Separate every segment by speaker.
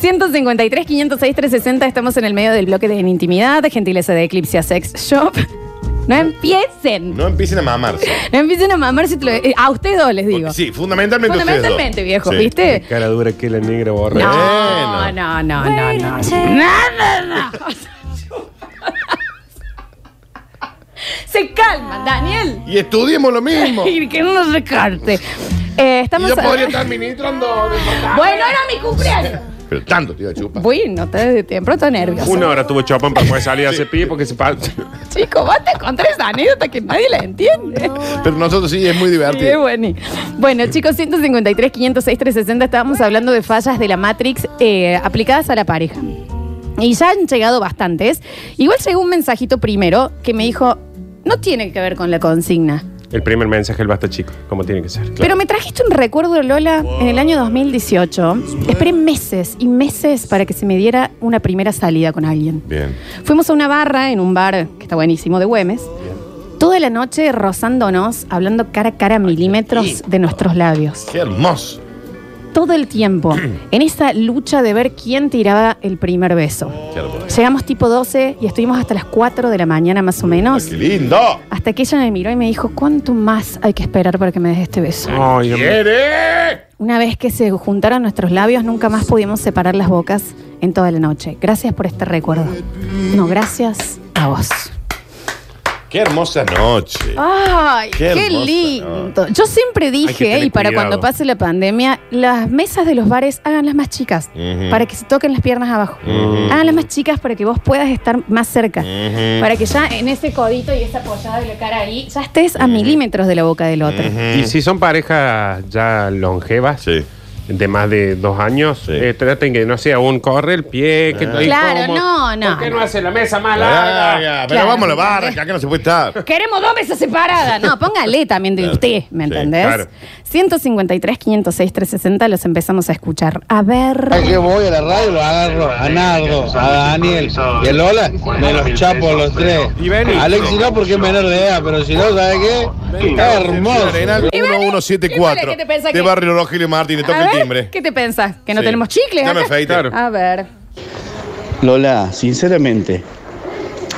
Speaker 1: 153, 506, 360, estamos en el medio del bloque de En Intimidad, gentileza de Eclipse a Sex Shop. No empiecen, no,
Speaker 2: No empiecen a mamarse.
Speaker 1: empiecen a mamar si te lo- eh, a ustedes dos les digo.
Speaker 2: Porque sí, fundamentalmente.
Speaker 1: Fundamentalmente,
Speaker 2: ustedes
Speaker 1: viejo,
Speaker 2: dos. Sí.
Speaker 1: ¿viste?
Speaker 3: Cara dura que la negra borra.
Speaker 1: No,
Speaker 2: Bueno.
Speaker 1: no, no, no, no. Nada. Se calman, Daniel.
Speaker 2: Y estudiemos lo mismo. y
Speaker 1: Y que no nos recarte. Eh, estamos
Speaker 2: yo
Speaker 1: a-
Speaker 2: podría estar ministrando. de-
Speaker 1: Bueno, era mi cumpleaños.
Speaker 2: Pero tanto te iba a chupar.
Speaker 1: Bueno, te desde tiempo, estoy nervioso.
Speaker 3: Una hora tuvo Chopin para poder salir a hacer pie porque se pa-
Speaker 1: Chico, basta con tres anécdotas que nadie la entiende.
Speaker 2: Pero nosotros sí, es muy
Speaker 1: Sí, es
Speaker 2: divertido.
Speaker 1: buení. Bueno, chicos, 153, 506, 360, estábamos hablando de fallas de la Matrix eh, aplicadas a la pareja. Y ya han llegado bastantes. Igual llegó un mensajito primero que me dijo, no tiene que ver con la consigna.
Speaker 3: El primer mensaje, el basta chico, como tiene que ser.
Speaker 1: Pero me trajiste un recuerdo, Lola, en el año 2018. Esperé meses y meses para que se me diera una primera salida con alguien.
Speaker 2: Bien.
Speaker 1: Fuimos a una barra en un bar que está buenísimo de Güemes. Toda la noche rozándonos, hablando cara a cara, milímetros de nuestros labios.
Speaker 2: Qué hermoso.
Speaker 1: Todo el tiempo, en esa lucha de ver quién tiraba el primer beso.
Speaker 2: Qué hermoso.
Speaker 1: Llegamos tipo 12 y estuvimos hasta las 4 de la mañana más o menos.
Speaker 2: Qué lindo.
Speaker 1: Hasta que ella me miró y me dijo, ¿cuánto más hay que esperar para que me des este beso?
Speaker 2: Ah.
Speaker 3: Ay, Dios mío.
Speaker 2: ¿Quiere?
Speaker 1: Una vez que se juntaron nuestros labios, nunca más pudimos separar las bocas en toda la noche. Gracias por este recuerdo. No, gracias a vos.
Speaker 2: Qué hermosa noche.
Speaker 1: Ah. Ay, qué,
Speaker 2: Qué hermosa,
Speaker 1: lindo. Yo siempre
Speaker 3: Hay que
Speaker 1: dije,
Speaker 3: tener
Speaker 1: y para
Speaker 3: cuidado.
Speaker 1: cuando pase la pandemia, las mesas de los bares háganlas más chicas,
Speaker 2: Ujú.
Speaker 1: para que se toquen las piernas abajo.
Speaker 2: Ujú.
Speaker 1: Háganlas más chicas para que vos puedas estar más cerca.
Speaker 2: Ujú.
Speaker 1: Para que ya en ese codito y esa apoyada de la cara ahí, ya estés a milímetros de la boca del otro.
Speaker 3: Y si son parejas ya longevas,
Speaker 2: Sí.
Speaker 3: de más de dos años,
Speaker 2: Sí. Ah.
Speaker 3: eh, traten que no sea un corre el pie, que estoy
Speaker 1: Claro,
Speaker 3: incómodo.
Speaker 1: no, no,
Speaker 3: ¿Por qué no
Speaker 1: no.
Speaker 3: hace la mesa más larga?
Speaker 2: Larga, Pero
Speaker 1: Claro.
Speaker 2: vamos a la barra, que acá no se puede estar.
Speaker 1: Queremos dos mesas separadas. No, póngale también de
Speaker 2: Claro.
Speaker 1: usted, ¿me
Speaker 2: Sí,
Speaker 1: entendés?
Speaker 2: claro.
Speaker 1: 153, 506, 360, los empezamos a escuchar. A ver.
Speaker 4: Ay, que voy a la radio, lo agarro a Nardo, a Daniel y a Lola, me los chapo a los tres.
Speaker 3: Y vení.
Speaker 4: Alexi no porque es menor de edad, pero si no, ¿sabes qué? Está hermoso.
Speaker 2: Arenal
Speaker 1: Y bueno, ¿qué
Speaker 2: 1174
Speaker 1: te pensás
Speaker 2: de
Speaker 1: que-
Speaker 2: Barrio Rogelio Martínez.
Speaker 1: A
Speaker 2: Toca el
Speaker 1: ver,
Speaker 2: timbre.
Speaker 1: ¿Qué te pensás? ¿Que no
Speaker 2: Sí.
Speaker 1: tenemos chicles?
Speaker 2: Ya me
Speaker 1: acá?
Speaker 2: afeité.
Speaker 3: Claro.
Speaker 1: A ver.
Speaker 5: Lola, sinceramente,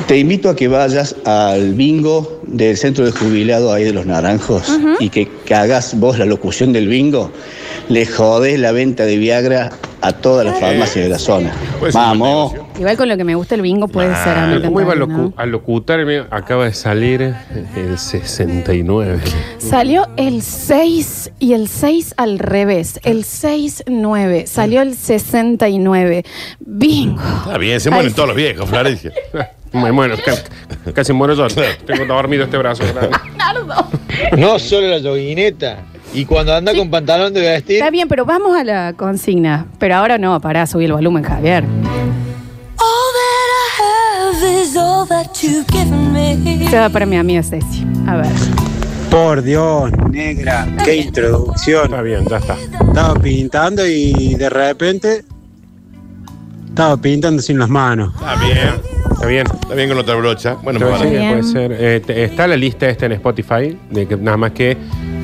Speaker 5: te invito a que vayas al bingo del centro de jubilado ahí de los naranjos y que, que hagas vos la locución del bingo. Le jodés la venta de Viagra a todas las farmacias de la zona.
Speaker 2: Puede
Speaker 6: Pues
Speaker 2: ser un buen
Speaker 5: Vamos.
Speaker 2: negocio.
Speaker 1: Igual con lo que me gusta el bingo puede
Speaker 2: Nah,
Speaker 1: ser. a mí
Speaker 2: no
Speaker 3: ¿Cómo
Speaker 1: también,
Speaker 3: iba a,
Speaker 1: ¿no?
Speaker 3: locu- a locutar? el mío? Acaba de salir el 69.
Speaker 1: Salió el 6 y el 6 al revés. El 6-9. Salió el 69. Bingo.
Speaker 2: Está bien, se
Speaker 1: Ay,
Speaker 2: mueren todos los viejos, Florencia.
Speaker 3: Me muero, ca- casi muero yo. Tengo dormido este brazo. grande.
Speaker 1: Nardo.
Speaker 4: No solo la yoguineta. Y cuando anda con pantalón de vestir,
Speaker 1: Está bien, pero vamos a la consigna. Pero ahora no, pará, subí el volumen, Javier.
Speaker 7: All that I have is all that you've given me.
Speaker 1: Se va para mi amiga Ceci. A ver.
Speaker 8: Por Dios, negra, qué introducción.
Speaker 3: Está bien, ya está.
Speaker 8: Estaba pintando y de repente estaba pintando sin las manos.
Speaker 2: Está bien.
Speaker 3: Está bien.
Speaker 2: Está bien con otra brocha. Bueno,
Speaker 3: Te voy a
Speaker 2: para.
Speaker 3: decir que
Speaker 1: Bien.
Speaker 3: puede ser. Eh, te- está la lista esta en Spotify, de que nada más que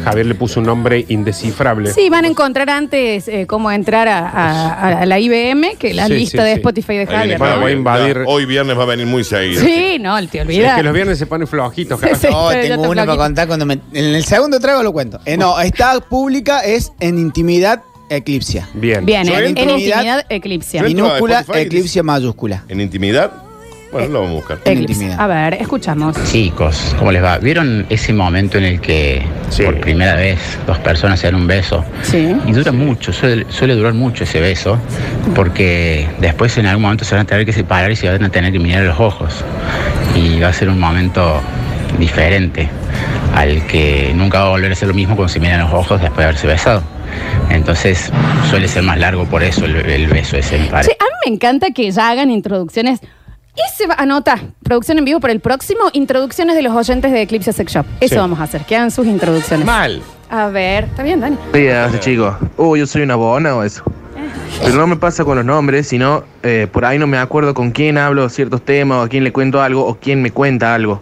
Speaker 3: Javier le puso un nombre indescifrable.
Speaker 1: Sí, van a encontrar antes eh, cómo entrar a, a- a la IBM que la
Speaker 3: Sí, sí,
Speaker 1: lista de
Speaker 3: sí.
Speaker 1: Spotify de
Speaker 2: Ahí viene
Speaker 1: Javier.
Speaker 3: Bueno,
Speaker 2: Javier.
Speaker 3: voy a invadir-
Speaker 2: Hoy viernes va a venir muy seguido.
Speaker 1: Sí, no, te
Speaker 3: Es
Speaker 1: olvidas.
Speaker 3: que los viernes se ponen flojitos,
Speaker 1: Sí,
Speaker 3: carajo.
Speaker 1: sí.
Speaker 9: Oh,
Speaker 1: Pero ya está
Speaker 9: tengo uno para
Speaker 1: flaquito.
Speaker 9: contar cuando me- En el segundo trago lo cuento. Eh, no, esta pública es en intimidad eclipsia.
Speaker 3: Bien.
Speaker 1: Bien,
Speaker 2: Yo
Speaker 1: en,
Speaker 2: entro-
Speaker 1: en intimidad, eclipsia.
Speaker 2: Yo entro a
Speaker 9: Minúscula,
Speaker 2: Spotify y
Speaker 9: eclipsia mayúscula.
Speaker 2: ¿En intimidad? Bueno, lo vamos a buscar.
Speaker 9: en
Speaker 1: Eclipse.
Speaker 9: intimidad.
Speaker 1: A ver, escuchamos.
Speaker 10: Chicos, ¿cómo les va? ¿Vieron ese momento en el que
Speaker 3: Sí.
Speaker 10: por primera vez dos personas se dan un beso?
Speaker 1: Sí.
Speaker 10: Y dura mucho, suele, suele durar mucho ese beso, porque después en algún momento se van a tener que separar y se van a tener que mirar a los ojos. Y va a ser un momento diferente al que nunca va a volver a ser lo mismo cuando se miran los ojos después de haberse besado. Entonces suele ser más largo por eso el, el beso ese en pareja.
Speaker 1: Che, a mí me encanta que ya hagan introducciones. Y se va, anota, producción en vivo para el próximo, introducciones de los oyentes de Eclipse Sex Shop. Eso
Speaker 3: Sí.
Speaker 1: vamos a hacer, que hagan sus introducciones.
Speaker 3: Mal.
Speaker 1: A ver, está bien, Dani.
Speaker 11: días, chicos. Oh, yo soy una bona o eso.
Speaker 1: Eh.
Speaker 11: Pero no me pasa con los nombres, sino eh, por ahí no me acuerdo con quién hablo ciertos temas, o a quién le cuento algo, o quién me cuenta algo.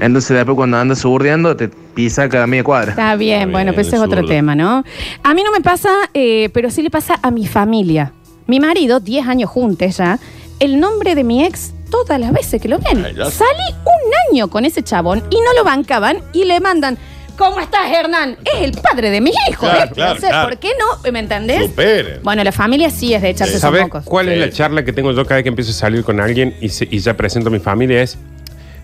Speaker 11: Entonces después cuando andas suburdeando, te pisa cada media cuadra.
Speaker 1: Está bien,
Speaker 2: Está
Speaker 1: bueno,
Speaker 2: bien,
Speaker 1: pero ese es
Speaker 2: zurdo.
Speaker 1: otro tema, ¿no? A mí no me pasa, eh, pero sí le pasa a mi familia. Mi marido, 10 años juntos ya, el nombre de mi ex todas las veces que lo ven.
Speaker 2: Ay, ya.
Speaker 1: Salí un año con ese chabón y no lo bancaban y le mandan, ¿cómo estás, Hernán? Es el padre de mis hijos.
Speaker 2: Claro,
Speaker 1: ¿eh?
Speaker 2: claro,
Speaker 1: No sé,
Speaker 2: claro.
Speaker 1: ¿Por qué no? ¿Me entendés?
Speaker 2: Superen.
Speaker 1: ¿Eh? Bueno, la familia sí es de echarse sus
Speaker 3: ¿Sabes
Speaker 1: mocos.
Speaker 3: cuál es
Speaker 2: Sí.
Speaker 3: la charla que tengo yo cada vez que empiezo a salir con alguien y, se- y ya presento a mi familia? Es,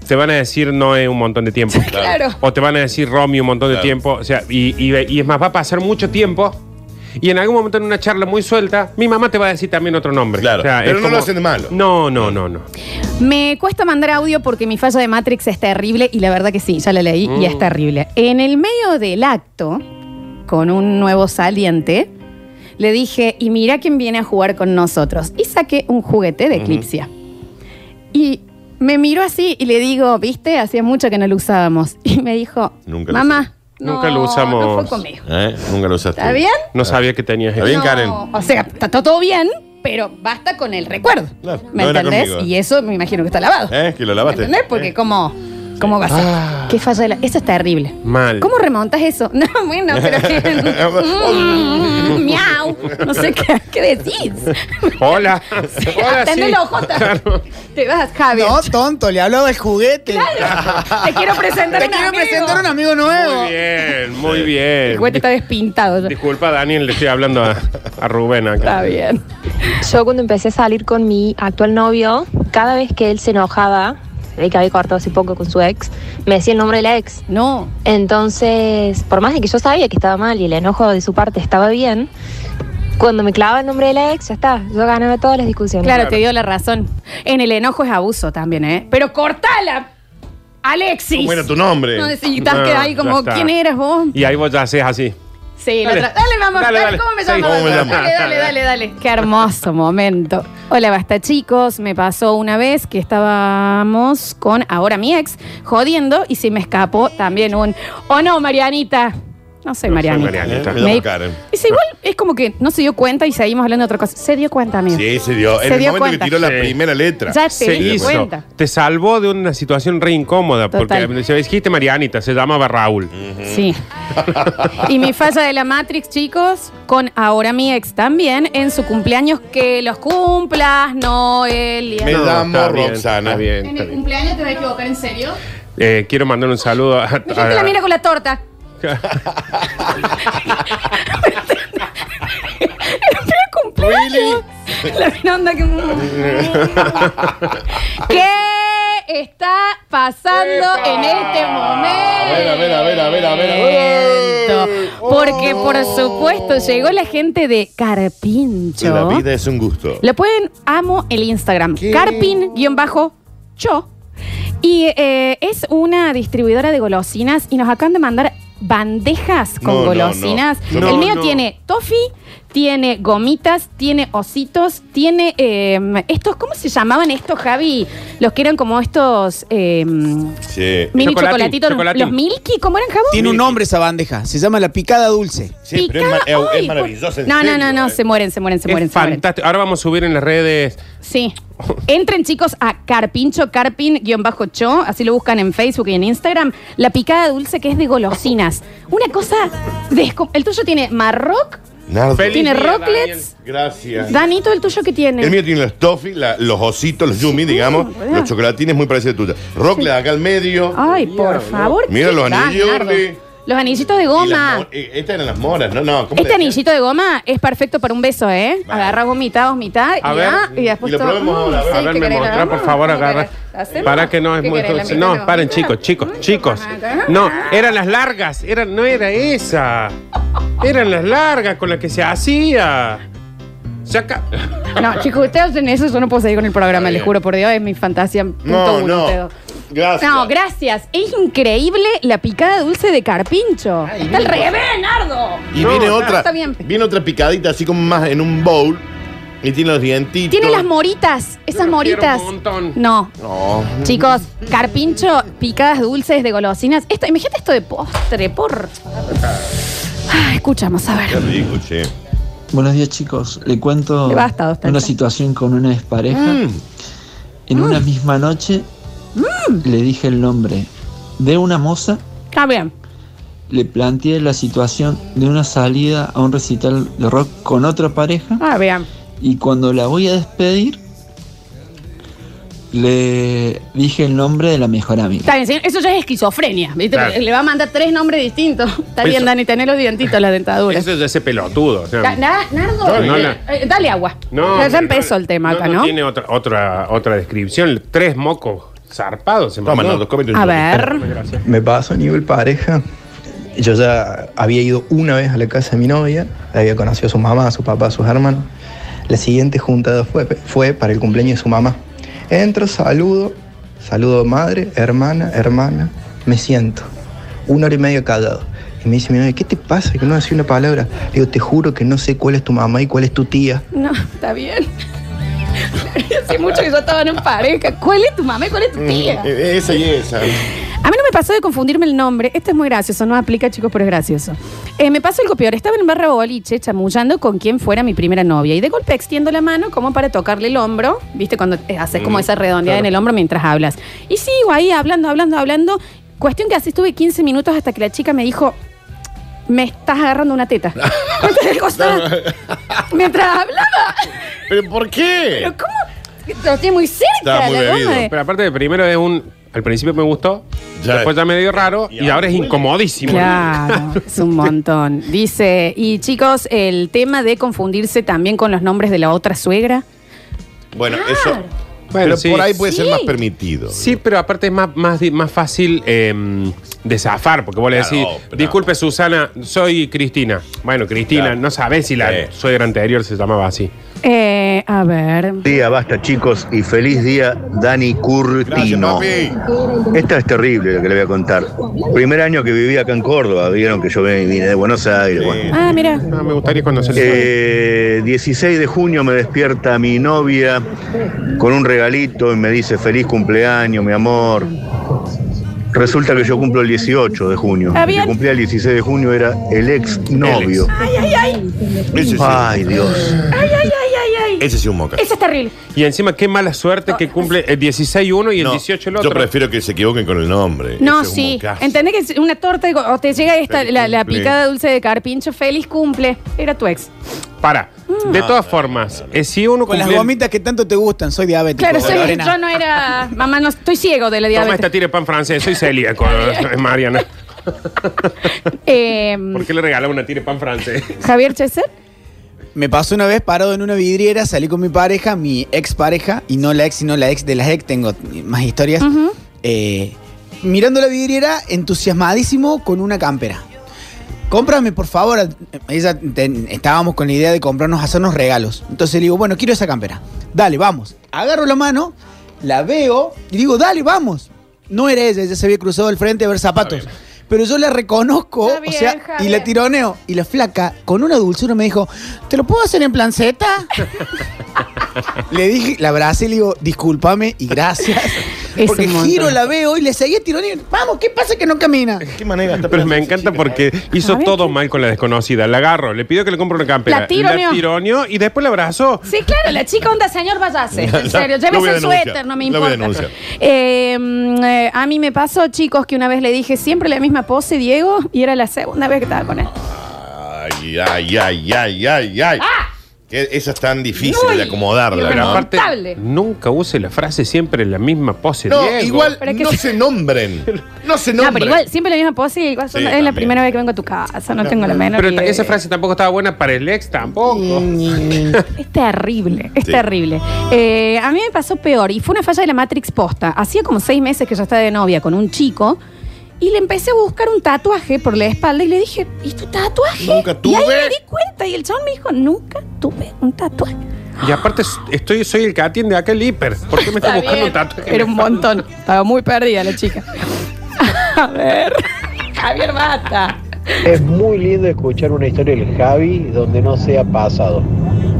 Speaker 3: te van a decir no es un montón de tiempo.
Speaker 1: Claro.
Speaker 3: O te van a decir Romy un montón de
Speaker 2: Claro.
Speaker 3: tiempo. O sea, y, y- y es más, va a pasar mucho tiempo. Y en algún momento en una charla muy suelta, mi mamá te va a decir también otro nombre.
Speaker 2: Claro.
Speaker 3: O sea,
Speaker 2: Pero
Speaker 3: es
Speaker 2: no lo hacen de malo.
Speaker 3: No, no, no, no.
Speaker 1: Me cuesta mandar audio porque mi falla de Matrix es terrible y la verdad que sí, ya la leí y
Speaker 3: Mm.
Speaker 1: es terrible. En el medio del acto, con un nuevo saliente, le dije, y mira quién viene a jugar con nosotros. Y saqué un juguete de Eclipsia. Y me miró así y le digo, viste, hacía mucho que no lo usábamos. Y me dijo,
Speaker 2: Nunca lo
Speaker 1: mamá, no,
Speaker 3: Nunca lo usamos.
Speaker 1: No fue conmigo.
Speaker 2: ¿Eh? Nunca lo usaste.
Speaker 1: ¿Está bien?
Speaker 3: No sabía que tenías
Speaker 2: Está bien,
Speaker 1: No,
Speaker 2: Karen.
Speaker 1: O sea, está todo bien, pero basta con el recuerdo.
Speaker 2: Claro,
Speaker 1: ¿Me
Speaker 2: no era
Speaker 1: entendés?
Speaker 2: conmigo.
Speaker 1: Y eso me imagino que está lavado.
Speaker 2: ¿Eh? Que lo lavaste.
Speaker 1: ¿Entendés? Porque
Speaker 2: ¿Eh? Ah.
Speaker 1: como, ¿cómo va a ser? Qué falla de la... Eso es terrible.
Speaker 3: Mal.
Speaker 1: ¿Cómo remontas eso? No, bueno, pero que... Mm, miau. No sé qué, qué decís.
Speaker 3: Hola. Hola, sí.
Speaker 1: Atendelo, Jota. Te vas, Javier.
Speaker 9: No, tonto, le hablaba del juguete.
Speaker 1: Te quiero presentar
Speaker 9: Te
Speaker 1: un
Speaker 9: quiero
Speaker 1: amigo.
Speaker 9: presentar a un amigo nuevo.
Speaker 3: Muy bien, muy bien.
Speaker 1: El juguete está despintado. ya.
Speaker 3: Disculpa, Daniel, le estoy hablando a, a Rubén acá.
Speaker 1: Está bien.
Speaker 12: Yo cuando empecé a salir con mi actual novio, cada vez que él se enojaba, de que había cortado hace poco con su ex, me decía el nombre de la ex.
Speaker 1: No.
Speaker 12: Entonces, por más de que yo sabía que estaba mal y el enojo de su parte estaba bien, cuando me clavaba el nombre de la ex, ya está, yo ganaba todas las discusiones.
Speaker 1: Claro, te dio la razón. En el enojo es abuso también, ¿eh? Pero cortala, Alexis.
Speaker 2: ¿Eh? ¿Cómo era tu nombre?
Speaker 1: No necesitas
Speaker 3: No,
Speaker 1: que ahí
Speaker 3: ya
Speaker 1: como,
Speaker 3: está.
Speaker 1: ¿quién eras vos?
Speaker 3: Y ahí vos ya haces así.
Speaker 1: Sí, dale.
Speaker 3: Dale.
Speaker 1: la otra. Dale, vamos, dale,
Speaker 3: Dale, dale.
Speaker 1: ¿cómo me
Speaker 3: Sí.
Speaker 1: llamas?
Speaker 2: ¿Cómo me llamo?
Speaker 1: Dale, dale, dale, dale. Qué hermoso momento. Hola, basta chicos. Me pasó una vez que estábamos con ahora mi ex jodiendo y se me escapó también un. Oh no, Marianita. No soy
Speaker 3: No soy
Speaker 1: Marianita.
Speaker 3: Marianita.
Speaker 2: ¿Eh? Me
Speaker 1: Me-
Speaker 2: llamo Karen.
Speaker 1: Es igual, es como que no se dio cuenta y seguimos hablando de otra cosa. Se dio cuenta, amigo.
Speaker 2: Sí, se dio.
Speaker 1: Se
Speaker 2: en el
Speaker 1: dio
Speaker 2: momento
Speaker 1: cuenta.
Speaker 2: que tiró la
Speaker 3: Sí.
Speaker 2: primera letra.
Speaker 1: Ya te
Speaker 3: Se
Speaker 1: di
Speaker 3: hizo.
Speaker 1: Ah, cuenta.
Speaker 3: Te salvó de una situación re incómoda.
Speaker 1: Total.
Speaker 3: Porque se dijiste Marianita, se llamaba Raúl.
Speaker 2: Mm.
Speaker 1: Sí. y mi falla de la Matrix, chicos, con ahora mi ex también, en su cumpleaños, que los cumplas, Noelia.
Speaker 2: Me
Speaker 3: está
Speaker 2: llamo
Speaker 3: bien,
Speaker 2: Roxana.
Speaker 3: Está bien, está bien.
Speaker 1: cumpleaños te vas a equivocar, ¿en serio?
Speaker 3: Eh, quiero mandar un saludo a.
Speaker 1: Me dijiste la mira con la torta. ¡Feliz cumpleaños! La mina onda que... ¿Qué está pasando en este momento?
Speaker 2: A ver, a ver, a ver, a ver, a ver, a ver. Oh.
Speaker 1: Momento. Porque, por supuesto, llegó la gente de Carpincho.
Speaker 2: La vida es un gusto.
Speaker 1: Lo pueden, amo el Instagram, carpin-cho. Y eh, es una distribuidora de golosinas y nos acaban de mandar bandejas con
Speaker 2: No, no,
Speaker 1: golosinas.
Speaker 2: no. No,
Speaker 1: el mío
Speaker 3: no.
Speaker 1: tiene toffee, tiene gomitas, tiene ositos, tiene eh, estos, ¿cómo se llamaban estos, Javi? Los que eran como estos eh, mini
Speaker 2: Sí.
Speaker 3: Chocolatín,
Speaker 1: chocolatitos,
Speaker 3: chocolatín.
Speaker 1: los milky, ¿cómo eran, Javi?
Speaker 9: Tiene un nombre esa bandeja, se llama la picada dulce.
Speaker 2: Sí, pero es
Speaker 1: Picada-
Speaker 2: ma- es, es
Speaker 1: ¡Ay!
Speaker 2: maravilloso. en
Speaker 1: No,
Speaker 2: serio,
Speaker 1: no, no, no,
Speaker 2: eh.
Speaker 1: se mueren, se mueren, se mueren.
Speaker 3: Es
Speaker 1: se mueren.
Speaker 3: fantástico. Ahora vamos a subir en las redes.
Speaker 1: Sí. Entren, chicos, a Carpincho, Carpin-cho, así lo buscan en Facebook y en Instagram. La picada dulce que es de golosinas. Una cosa. desco- el tuyo tiene marroc,
Speaker 2: Nardo.
Speaker 3: Feliz
Speaker 1: tiene
Speaker 3: día,
Speaker 1: rocklets.
Speaker 2: Gracias.
Speaker 1: Danito, el tuyo que tiene.
Speaker 2: El mío tiene los toffee, la- los ositos, los yumi, digamos,
Speaker 1: ¿verdad?
Speaker 2: los chocolatines muy parecidos a tuya. Rock le da acá al medio.
Speaker 1: Ay, por favor.
Speaker 2: Mira
Speaker 1: qué
Speaker 2: los
Speaker 1: tan,
Speaker 2: anillos,
Speaker 1: Nardo.
Speaker 2: Orly.
Speaker 1: Los anillitos de
Speaker 2: Y las
Speaker 1: goma.
Speaker 2: mo- eh, Estas eran las moras, no, no. ¿cómo le
Speaker 1: Este
Speaker 2: decían?
Speaker 1: anillito de goma es perfecto para un beso, ¿eh?
Speaker 2: Vale.
Speaker 1: Agarras vos mitad, vos mitad y,
Speaker 3: A ver,
Speaker 1: ya, y después
Speaker 2: y lo
Speaker 1: todo.
Speaker 2: probemos ahora, a ver.
Speaker 1: sí,
Speaker 3: A
Speaker 1: ¿qué
Speaker 3: ver, me
Speaker 1: querés, la
Speaker 3: mostrá, por
Speaker 1: gama?
Speaker 3: favor,
Speaker 1: ¿Qué
Speaker 3: agarra.
Speaker 1: querés? ¿La hacemos?
Speaker 3: Para que no es
Speaker 1: ¿Qué
Speaker 3: muy.
Speaker 1: querés, la mitad de
Speaker 3: No,
Speaker 1: la
Speaker 3: paren,
Speaker 1: gomita?
Speaker 3: chicos, chicos, chicos.
Speaker 1: Ajá.
Speaker 3: No, eran las largas. Era, no era esa. Eran las largas con las que se hacía. Saca.
Speaker 1: No, chicos, ustedes hacen eso, yo no puedo seguir con el programa,
Speaker 2: Está
Speaker 1: les
Speaker 2: bien.
Speaker 1: juro por Dios, es mi fantasía. Punto
Speaker 2: No,
Speaker 1: uno,
Speaker 2: no.
Speaker 1: ustedes.
Speaker 2: Gracias.
Speaker 1: No, gracias. Es increíble la picada dulce de carpincho. Está al revés, Nardo.
Speaker 2: Y
Speaker 3: No,
Speaker 2: viene
Speaker 3: no,
Speaker 2: otra.
Speaker 1: está bien.
Speaker 2: Viene otra picadita, así como más en un bowl. Y tiene los dientitos.
Speaker 1: Tiene las moritas, esas
Speaker 3: Yo lo quiero
Speaker 1: moritas.
Speaker 3: un montón.
Speaker 1: No.
Speaker 2: No.
Speaker 1: Chicos, carpincho, picadas dulces de golosinas. Esto, imagínate esto de postre, por. Ah, escuchamos, a
Speaker 2: Qué
Speaker 1: ver.
Speaker 2: rico, che.
Speaker 13: Buenos días chicos, le cuento
Speaker 1: Le basta, dos
Speaker 13: una
Speaker 1: tantas.
Speaker 13: situación con una expareja.
Speaker 2: Mm.
Speaker 13: En una misma noche le dije el nombre de una moza,
Speaker 1: Está bien.
Speaker 13: le planteé la situación de una salida a un recital de rock con otra pareja
Speaker 1: Está bien.
Speaker 13: Y cuando la voy a despedir, le dije el nombre de la mejor amiga.
Speaker 1: Está bien, señor, eso ya es esquizofrenia. ¿viste?
Speaker 3: Claro.
Speaker 1: Le va a mandar tres nombres distintos. Está bien,
Speaker 3: Eso-
Speaker 1: Dani, tenés los dientitos, las dentaduras.
Speaker 3: Eso es de ese pelotudo. o sea,
Speaker 1: Da- Na- Nardo,
Speaker 3: No, no,
Speaker 1: eh,
Speaker 3: no.
Speaker 1: eh, dale agua.
Speaker 3: No,
Speaker 1: ya, ya
Speaker 3: no,
Speaker 1: empezó el tema acá, ¿no?
Speaker 3: Tiene otra, otra, otra descripción. Tres mocos zarpados. Se
Speaker 2: Toma, Nardo,
Speaker 3: cómete
Speaker 1: un A yogur.
Speaker 3: Gracias.
Speaker 14: Me pasó a nivel pareja. Yo ya había ido una vez a la casa de mi novia, la había conocido a su mamá, a su papá, a sus hermanos. La siguiente juntada fue, fue para el cumpleaños de su mamá. Entro, saludo, saludo madre, hermana, hermana, me siento. Una hora y media callado. Y me dice mi novia, ¿qué te pasa? Que no decía una palabra. Le digo, te juro que no sé cuál es tu mamá y cuál es tu tía.
Speaker 1: No, está bien. Hace mucho que yo estaba en pareja. ¿Cuál es tu mamá y cuál es tu tía?
Speaker 2: Eh, Esa y esa.
Speaker 1: A mí no me pasó de confundirme el nombre. Esto es muy gracioso, no aplica, chicos, pero es gracioso. Eh, me pasó algo peor. Estaba en barra boliche chamullando con quien fuera mi primera novia. Y de golpe extiendo la mano como para tocarle el hombro. ¿Viste? Cuando eh, haces como
Speaker 12: Mm,
Speaker 1: esa redondeada en
Speaker 12: claro.
Speaker 1: el hombro mientras hablas. Y sigo ahí hablando, hablando, hablando. Cuestión que así estuve 15 minutos hasta que la chica me dijo. Me estás agarrando una teta. Mientras acostaba- Mientras hablaba.
Speaker 2: ¿Pero por qué?
Speaker 1: ¿Pero cómo? Lo tiene muy cerca. la goma de-
Speaker 3: Pero aparte, primero es un. Al principio me gustó,
Speaker 2: Ya.
Speaker 3: después ya me dio raro y, ahora es incomodísimo.
Speaker 1: Claro, es un montón. Dice, y chicos, el tema de confundirse también con los nombres de la otra suegra.
Speaker 2: Bueno, eso.
Speaker 3: Bueno,
Speaker 2: pero
Speaker 3: sí.
Speaker 2: por ahí puede ser
Speaker 3: Sí.
Speaker 2: más permitido.
Speaker 3: Sí, pero aparte es más, más, di- más fácil eh, de zafar, porque vos le
Speaker 2: Claro,
Speaker 3: decís,
Speaker 2: pero-
Speaker 3: disculpe Susana, soy Cristina. Bueno, Cristina, no sabés si la suegra anterior se llamaba así.
Speaker 1: Eh, a ver.
Speaker 6: día, basta chicos, y feliz día Dani Curtino. Esta es terrible lo que le voy a contar. Primer año que viví acá en Córdoba, vieron que yo vine vine de Buenos Aires. bueno.
Speaker 1: Ah, mira.
Speaker 3: me gustaría conocer.
Speaker 6: Eh, 16 de junio me despierta mi novia con un regalito y me dice feliz cumpleaños, mi amor. Resulta que yo cumplo el 18 de junio.
Speaker 1: Ah,
Speaker 6: El
Speaker 1: bien.
Speaker 6: que cumplía el 16 de junio era el ex novio.
Speaker 1: Ay, ay, ay.
Speaker 6: Ay, Dios.
Speaker 1: Ay, ay, ay, ay, ay.
Speaker 2: Ese sí un moca.
Speaker 1: Eso es terrible.
Speaker 3: Y encima, qué mala suerte que cumple el 16 uno y el 18 el otro.
Speaker 2: Yo prefiero que se equivoquen con el nombre.
Speaker 1: No,
Speaker 2: Ese es un
Speaker 1: sí.
Speaker 2: mocazo.
Speaker 1: Entendés que es una torta de go- o te llega esta,
Speaker 2: Feliz
Speaker 1: la, la
Speaker 2: cumple.
Speaker 1: picada dulce de carpincho. Feliz cumple. Era tu ex.
Speaker 3: Para. De todas formas, eh, si uno
Speaker 9: Mm. Con las
Speaker 3: cumple-
Speaker 9: gomitas que tanto te gustan, soy diabético.
Speaker 1: Claro, soy-
Speaker 9: Lorena.
Speaker 1: yo no era. Mamá, no estoy ciego de la
Speaker 3: Toma
Speaker 1: diabetes.
Speaker 3: esta tira de pan francés, soy celíaco, Mariana.
Speaker 1: Eh,
Speaker 3: ¿Por qué le regalaba una tira de pan francés?
Speaker 1: Javier Cheser.
Speaker 9: Me pasó una vez parado en una vidriera, salí con mi pareja, mi ex pareja, y no la ex, sino la ex de las ex, tengo más historias. Eh, mirando la vidriera, entusiasmadísimo con una campera. Cómprame, por favor. Ella ten- estábamos con la idea de comprarnos, hacernos regalos. Entonces le digo, bueno, quiero esa campera. Dale, vamos. Agarro la mano, la veo y digo, dale, vamos. No era ella, ella se había cruzado el frente a ver zapatos. Pero yo la reconozco,
Speaker 1: Está bien,
Speaker 9: o sea, y
Speaker 1: Javier.
Speaker 9: la tironeo. Y la flaca, con una dulzura, me dijo, ¿te lo puedo hacer en plan Z? le dije, la abracé y le digo, discúlpame y gracias.
Speaker 1: Es
Speaker 9: Porque
Speaker 1: un montón.
Speaker 9: giro, la veo y le seguía tironeando. Vamos, ¿qué pasa que no camina?
Speaker 2: ¿Qué manera?
Speaker 3: Pero me encanta porque hizo todo mal con la desconocida. La agarro, le pido que le compre una campera.
Speaker 1: La tironeo.
Speaker 3: tironeo y después la abrazó.
Speaker 1: Sí, claro, la chica onda, señor, vayase. En serio, llévese
Speaker 3: Lo voy a
Speaker 1: el
Speaker 3: denunciar,
Speaker 1: suéter, no me
Speaker 3: lo voy a
Speaker 1: importa.
Speaker 3: denunciar.
Speaker 1: Eh, mm, eh, a mí me pasó, chicos, que una vez le dije siempre la misma pose, Diego, y era la segunda vez que estaba con él.
Speaker 2: Ay, ay, ay, ay, ay, ay.
Speaker 3: ¡Ah!
Speaker 2: Que esa es tan difícil
Speaker 1: Ah. Uy,
Speaker 2: de acomodarla,
Speaker 3: Pero
Speaker 2: ¿no?
Speaker 3: aparte,
Speaker 1: Lamentable.
Speaker 3: nunca use la frase siempre en la misma pose.
Speaker 2: No,
Speaker 3: Este Diego.
Speaker 2: igual no se nombren. No se
Speaker 1: No, pero
Speaker 2: nombren.
Speaker 1: igual, siempre la misma pose, igual
Speaker 3: Sí,
Speaker 1: es la
Speaker 3: también.
Speaker 1: primera vez que vengo a tu casa, no, tengo la menor
Speaker 3: Pero
Speaker 1: idea.
Speaker 3: ta- esa frase tampoco estaba buena para el ex tampoco.
Speaker 1: Es terrible, es
Speaker 3: Sí.
Speaker 1: terrible. Eh, a mí me pasó peor y fue una falla de la Matrix posta. Hacía como seis meses que yo estaba de novia con un chico y le empecé a buscar un tatuaje por la espalda y le dije, ¿y tu tatuaje?
Speaker 2: Nunca
Speaker 1: Y ahí
Speaker 2: tuve.
Speaker 1: me di cuenta y el chabón me dijo, nunca tuve un tatuaje.
Speaker 3: Y aparte, s- estoy, soy el que atiende acá el hiper. ¿Por qué me
Speaker 1: Está
Speaker 3: está, buscando
Speaker 1: bien.
Speaker 3: un tatuaje?
Speaker 1: Era un montón. Estaba muy perdida la chica. A ver. Javier, basta.
Speaker 15: Es muy lindo escuchar una historia del Javi donde no sea pasado,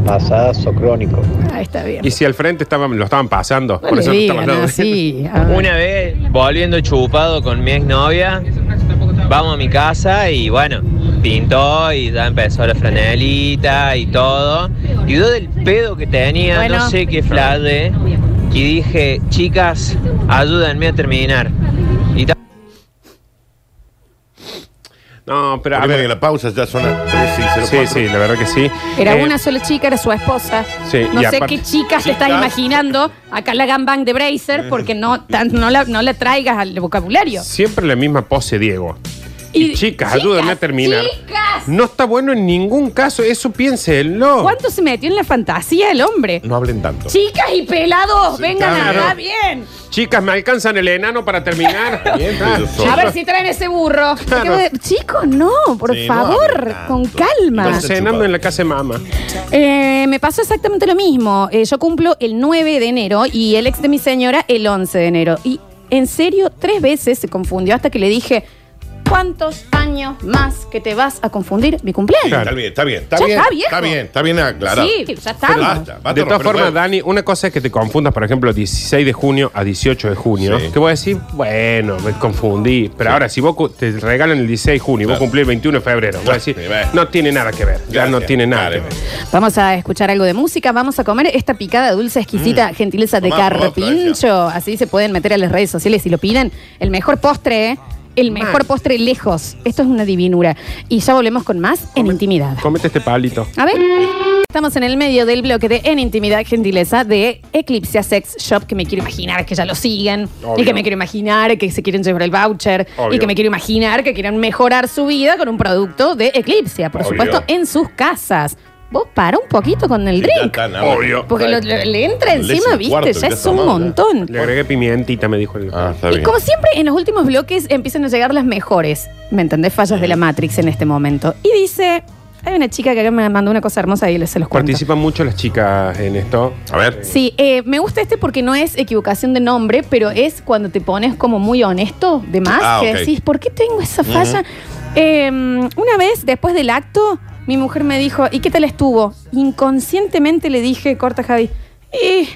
Speaker 15: pasadas o crónico.
Speaker 1: Ahí está bien.
Speaker 3: Y si al frente estaban, lo estaban pasando.
Speaker 1: No
Speaker 3: por
Speaker 1: le
Speaker 3: eso no
Speaker 1: digan
Speaker 3: estaban
Speaker 1: así. a ver.
Speaker 16: Una vez volviendo chupado con mi exnovia, vamos a mi casa y bueno, pintó y ya empezó la franelita y todo. Y yo del pedo que tenía,
Speaker 1: Bueno.
Speaker 16: no sé qué flade, y dije, chicas, ayúdenme a terminar. Y ta-
Speaker 3: No, pero
Speaker 2: a ver. la pausa ya son las 13 y
Speaker 3: Sí, sí, la verdad que sí.
Speaker 1: Era
Speaker 3: Eh,
Speaker 1: una sola chica, era su esposa.
Speaker 3: Sí,
Speaker 1: no
Speaker 3: y
Speaker 1: sé
Speaker 3: aparte-
Speaker 1: qué chicas te estás
Speaker 3: Chicas.
Speaker 1: imaginando. Acá la gangbang de Bracer, porque no, tan- no, la, no la traigas al vocabulario.
Speaker 3: Siempre la misma pose, Diego.
Speaker 1: Y,
Speaker 3: Chicas, ayúdame a terminar.
Speaker 1: Chicas,
Speaker 3: No está bueno en ningún caso, eso piénsenlo.
Speaker 1: ¿cuánto se metió en la fantasía el hombre?
Speaker 3: No hablen tanto.
Speaker 1: Chicas y pelados, vengan
Speaker 3: claro.
Speaker 1: acá bien.
Speaker 3: Chicas, ¿me alcanzan el enano para terminar? Bien, claro.
Speaker 1: A ver si traen ese burro.
Speaker 3: Claro.
Speaker 1: Chicos, no, por
Speaker 3: Sí, no
Speaker 1: favor,
Speaker 3: hablen tanto.
Speaker 1: con calma.
Speaker 3: Están Ah, cenando en la casa de mamá.
Speaker 1: Eh, me pasó exactamente lo mismo. Eh, yo cumplo el 9 de enero y el ex de mi señora el 11 de enero. Y en serio, tres veces se confundió hasta que le dije, ¿cuántos años más que te vas a confundir mi cumpleaños?
Speaker 2: Está bien, está bien, está
Speaker 1: Ya
Speaker 2: bien.
Speaker 1: está viejo.
Speaker 2: Está bien, está bien aclarado.
Speaker 1: Sí, ya estamos.
Speaker 2: Basta, basta
Speaker 3: de todas
Speaker 2: romper
Speaker 3: formas,
Speaker 2: huevos.
Speaker 3: Dani, una cosa es que te confundas, por ejemplo, 16 de junio a 18 de junio.
Speaker 2: Sí.
Speaker 3: Que vos decís, bueno, me confundí. Pero ahora, si vos cu- te regalan el 16 de junio y vos cumplís el 21 de febrero, vos decís, no tiene nada que ver. Ya no tiene nada que ver.
Speaker 1: Vamos a escuchar algo de música, vamos a comer esta picada dulce exquisita, gentileza de
Speaker 3: Tomá, probá,
Speaker 1: Carpincho. Así se pueden meter a las redes sociales y lo piden. El mejor postre, ¿eh? El mejor postre lejos. Esto es una divinura. Y ya volvemos con más en intimidad.
Speaker 3: Comete este palito.
Speaker 1: A ver. Estamos en el medio del bloque de En Intimidad Gentileza de Eclipse Sex Shop, que me quiero imaginar que ya lo siguen,
Speaker 12: Obvio.
Speaker 1: y que me quiero imaginar que se quieren llevar el voucher,
Speaker 12: Obvio.
Speaker 1: y que me quiero imaginar que quieren mejorar su vida con un producto de Eclipse, por
Speaker 2: Obvio.
Speaker 1: supuesto, en sus casas. Vos para un poquito con el
Speaker 2: Ya
Speaker 1: drink.
Speaker 2: está, nada. Obvio.
Speaker 1: Porque lo- le- le entra
Speaker 2: Le
Speaker 1: encima,
Speaker 2: hice
Speaker 1: viste,
Speaker 2: cuarto,
Speaker 1: ya
Speaker 2: ya
Speaker 1: es
Speaker 2: está
Speaker 1: un
Speaker 2: mal, ya.
Speaker 1: montón.
Speaker 3: Le agregué pimientita, me dijo el. Ah, está
Speaker 1: Y como siempre, en los últimos bloques empiezan a llegar las mejores, ¿me entendés? Fallas de la Matrix en este momento. Y dice, hay una chica que acá me mandó una cosa hermosa y se los cuento.
Speaker 3: Participan mucho las chicas en esto.
Speaker 2: A ver.
Speaker 1: Sí, eh, me gusta este porque no es equivocación de nombre, pero es cuando te pones como muy honesto de más,
Speaker 12: Ah,
Speaker 1: que
Speaker 12: ok.
Speaker 1: decís, ¿por qué tengo esa
Speaker 12: Ujú.
Speaker 1: falla? Eh, una vez, después del acto, mi mujer me dijo, ¿y qué tal estuvo? Inconscientemente le dije, corta Javi, y,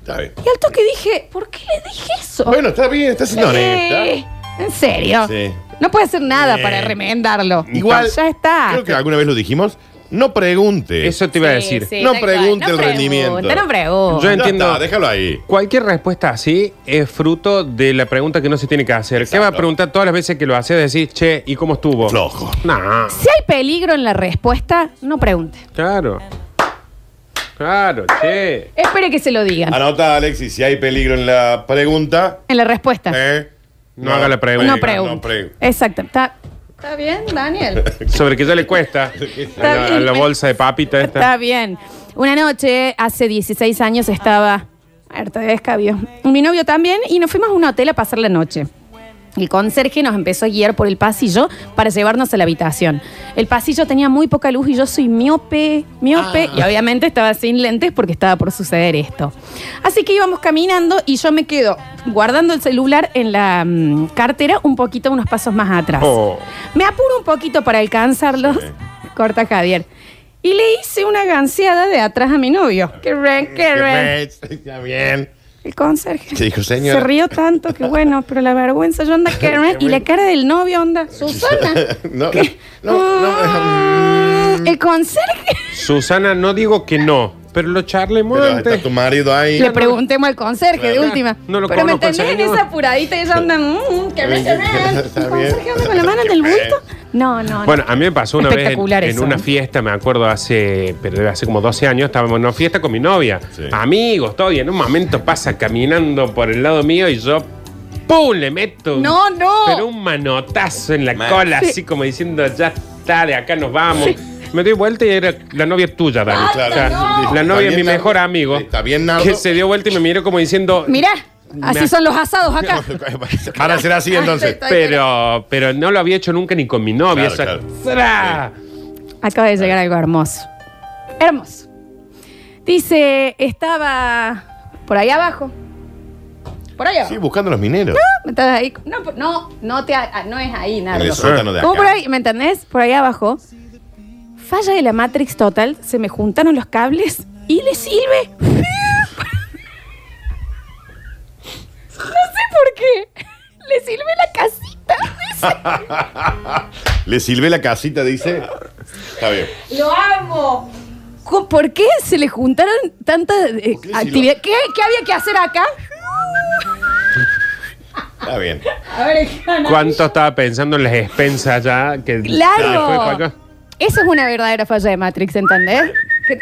Speaker 2: Está bien.
Speaker 1: y al toque dije, ¿por qué le dije eso?
Speaker 2: Bueno, está bien, está siendo
Speaker 1: Eh, ¿En serio?
Speaker 2: Sí.
Speaker 1: No puede hacer nada
Speaker 2: Eh,
Speaker 1: para remendarlo.
Speaker 2: igual,
Speaker 1: Ya está.
Speaker 2: Creo que alguna vez lo dijimos. No pregunte.
Speaker 3: Eso te iba a Sí, decir. sí,
Speaker 2: no
Speaker 1: tal cual.
Speaker 2: pregunte
Speaker 1: No
Speaker 2: el
Speaker 1: pregunte,
Speaker 2: rendimiento.
Speaker 1: no pregunte.
Speaker 3: Yo entiendo.
Speaker 2: Ya está, déjalo ahí.
Speaker 3: Cualquier respuesta así es fruto de la pregunta que no se tiene que hacer. ¿Qué va a preguntar todas las veces que lo haces? Decís, che, ¿y cómo estuvo?
Speaker 2: Flojo.
Speaker 3: Nah.
Speaker 1: Si hay peligro en la respuesta, no pregunte.
Speaker 3: Claro. Claro, che.
Speaker 1: Espere que se lo digan.
Speaker 2: Anota, Alexis, si hay peligro en la pregunta.
Speaker 1: En la respuesta.
Speaker 2: eh,
Speaker 3: No haga la pregunta.
Speaker 1: No pregunte.
Speaker 2: No pregunte.
Speaker 1: Exacto. ¿Está, está bien, Daniel?
Speaker 3: Sobre que ya le cuesta a la, a la bolsa de papita esta.
Speaker 1: Está bien. Una noche, hace 16 años, estaba harta de descabio. Mi novio también, y nos fuimos a un hotel a pasar la noche. El conserje nos empezó a guiar por el pasillo para llevarnos a la habitación. El pasillo tenía muy poca luz y yo soy miope, miope, y obviamente estaba sin lentes porque estaba por suceder esto. Así que íbamos caminando y yo me quedo guardando el celular en la mm, cartera un poquito, unos pasos más atrás.
Speaker 3: Oh.
Speaker 1: Me apuro un poquito para alcanzarlos. Corta Javier. Y le hice una ganseada de atrás a mi novio. Qué ren, qué ren.
Speaker 2: Está bien.
Speaker 1: El conserje.
Speaker 2: ¿Qué dijo,
Speaker 1: Se
Speaker 2: señor?
Speaker 1: rió tanto que bueno, pero la vergüenza, yo onda qué ren. Y la cara del novio, onda, Susana.
Speaker 2: no,
Speaker 1: Mm, El conserje.
Speaker 3: Susana, no digo que no, pero lo charlemos
Speaker 2: Pero
Speaker 3: antes.
Speaker 2: está tu marido ahí.
Speaker 1: Le preguntemos al conserje de
Speaker 3: Claro.
Speaker 1: última.
Speaker 3: No lo
Speaker 1: pero me
Speaker 3: conozco,
Speaker 1: entendés en
Speaker 3: señor.
Speaker 1: esa apuradita y ella onda, mm, qué ren, qué ren.
Speaker 2: Está
Speaker 1: El
Speaker 2: bien.
Speaker 1: conserje anda con la mano en el bulto. No, no, no.
Speaker 3: Bueno, a mí me pasó una vez en,
Speaker 1: Espectacular
Speaker 3: en
Speaker 1: eso.
Speaker 3: una fiesta, me acuerdo hace, pero debe hace como 12 años, estábamos en una fiesta con mi novia. Amigos, todo, y en un momento pasa caminando por el lado mío y yo, ¡pum! le meto. un-
Speaker 1: No, no.
Speaker 3: Pero un manotazo en la cola,
Speaker 1: Sí.
Speaker 3: así como diciendo, ya está, de acá nos vamos. Me doy vuelta y era la novia tuya, Dani.
Speaker 1: Basta,
Speaker 3: O sea,
Speaker 1: no.
Speaker 2: Está
Speaker 3: La novia es
Speaker 2: bien,
Speaker 3: mi
Speaker 2: Nardo.
Speaker 3: mejor amigo.
Speaker 2: Está bien, Nardo.
Speaker 3: Que se dio vuelta y me miró como diciendo,
Speaker 1: Mirá, así son los asados acá.
Speaker 2: Ahora será así entonces.
Speaker 3: Pero, pero no lo había hecho nunca ni con mi novia.
Speaker 2: Claro,
Speaker 3: o sea,
Speaker 2: claro.
Speaker 3: ¡zra!
Speaker 1: Acaba de llegar algo hermoso. Hermoso. Dice, estaba por ahí abajo. Por ahí abajo.
Speaker 2: Sí, buscando a los mineros.
Speaker 1: Estás ahí. No, por- no, no, te, ha- ah, no es ahí, nada.
Speaker 2: En el sótano de acá.
Speaker 1: por ahí, ¿me entendés? Por ahí abajo. Falla de la Matrix total, se me juntaron los cables y le sirve. no sé por qué. Le sirve la casita.
Speaker 2: Le silbé la casita, dice. Está bien.
Speaker 1: ¡Lo amo! Co- ¿Por qué se le juntaron tanta eh, actividad? ¿Qué, qué había que hacer acá?
Speaker 2: Está bien.
Speaker 3: ¿Cuánto estaba pensando en las expensas ya? Que
Speaker 1: Claro.
Speaker 3: fue para acá?
Speaker 1: Esa es una verdadera falla de Matrix, ¿entendés? Que-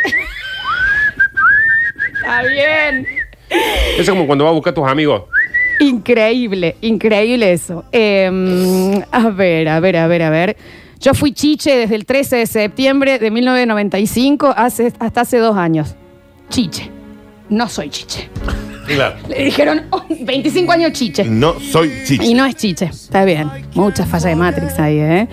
Speaker 1: Está bien.
Speaker 3: Eso es como cuando vas a buscar a tus amigos.
Speaker 1: Increíble, increíble eso. Eh, a ver, a ver, a ver, a ver. Yo fui chiche desde el 13 de septiembre de 1995 hace- hasta hace dos años. Chiche. No soy chiche.
Speaker 2: Claro.
Speaker 1: Le dijeron "Oh, 25 años chiche.
Speaker 2: No soy chiche.
Speaker 1: Y no es chiche. Está bien. Mucha falla de Matrix ahí, ¿eh?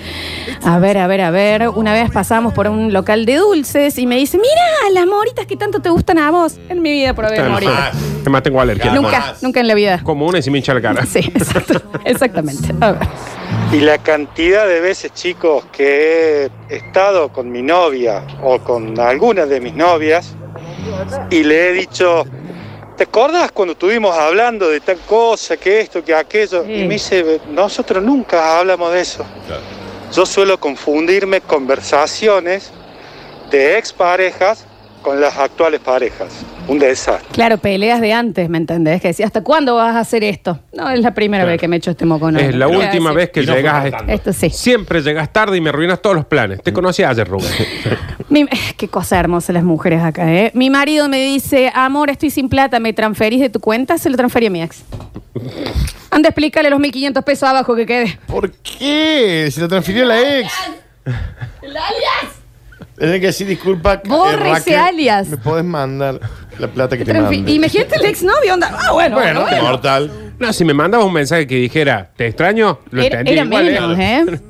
Speaker 1: A ver, a ver, a ver. Una vez pasamos por un local de dulces y me dice, mira, las moritas que tanto te gustan a vos. En mi vida probé moritas.
Speaker 3: Además tengo alergia.
Speaker 1: Nunca, nunca en la vida.
Speaker 3: Como una y se me hincha la cara.
Speaker 1: Sí, exacto. Exactamente. A ver.
Speaker 4: Y la cantidad de veces, chicos, que he estado con mi novia o con alguna de mis novias y le he dicho, ¿te acordás cuando estuvimos hablando de tal cosa, que esto, que aquello? Y me dice, nosotros nunca hablamos de eso. Yo suelo confundirme conversaciones de exparejas con las actuales parejas. Un desastre.
Speaker 1: Claro, peleas de antes, ¿me entendés? Que decía, ¿hasta cuándo vas a hacer esto? No, es la primera vez que me echo este moco.
Speaker 3: Es la última vez que
Speaker 1: no fue
Speaker 3: llegas.
Speaker 1: tanto. Esto sí.
Speaker 3: Siempre llegas tarde y me arruinas todos los planes. Te conocí ayer, Rubén.
Speaker 1: Mi- qué cosa hermosa las mujeres acá, ¿eh? Mi marido me dice, amor, estoy sin plata, ¿me transferís de tu cuenta? Se lo transferí a mi ex. Anda, explícale los 1.500 pesos abajo que quede.
Speaker 2: ¿Por qué? Se lo transfirió la ex. Tenés que decir disculpa. eh,
Speaker 1: Borre ese
Speaker 2: Raquel,
Speaker 1: alias.
Speaker 2: Me podés mandar la plata que te
Speaker 1: Transfi-
Speaker 2: mande.
Speaker 1: Y imagínate el ex novio, onda. Ah, bueno, bueno, bueno.
Speaker 2: mortal.
Speaker 3: No, si me mandabas un mensaje que dijera, te extraño, lo
Speaker 1: Era,
Speaker 3: entendí
Speaker 1: era
Speaker 3: igual. ¿eh?
Speaker 1: menos, ¿eh?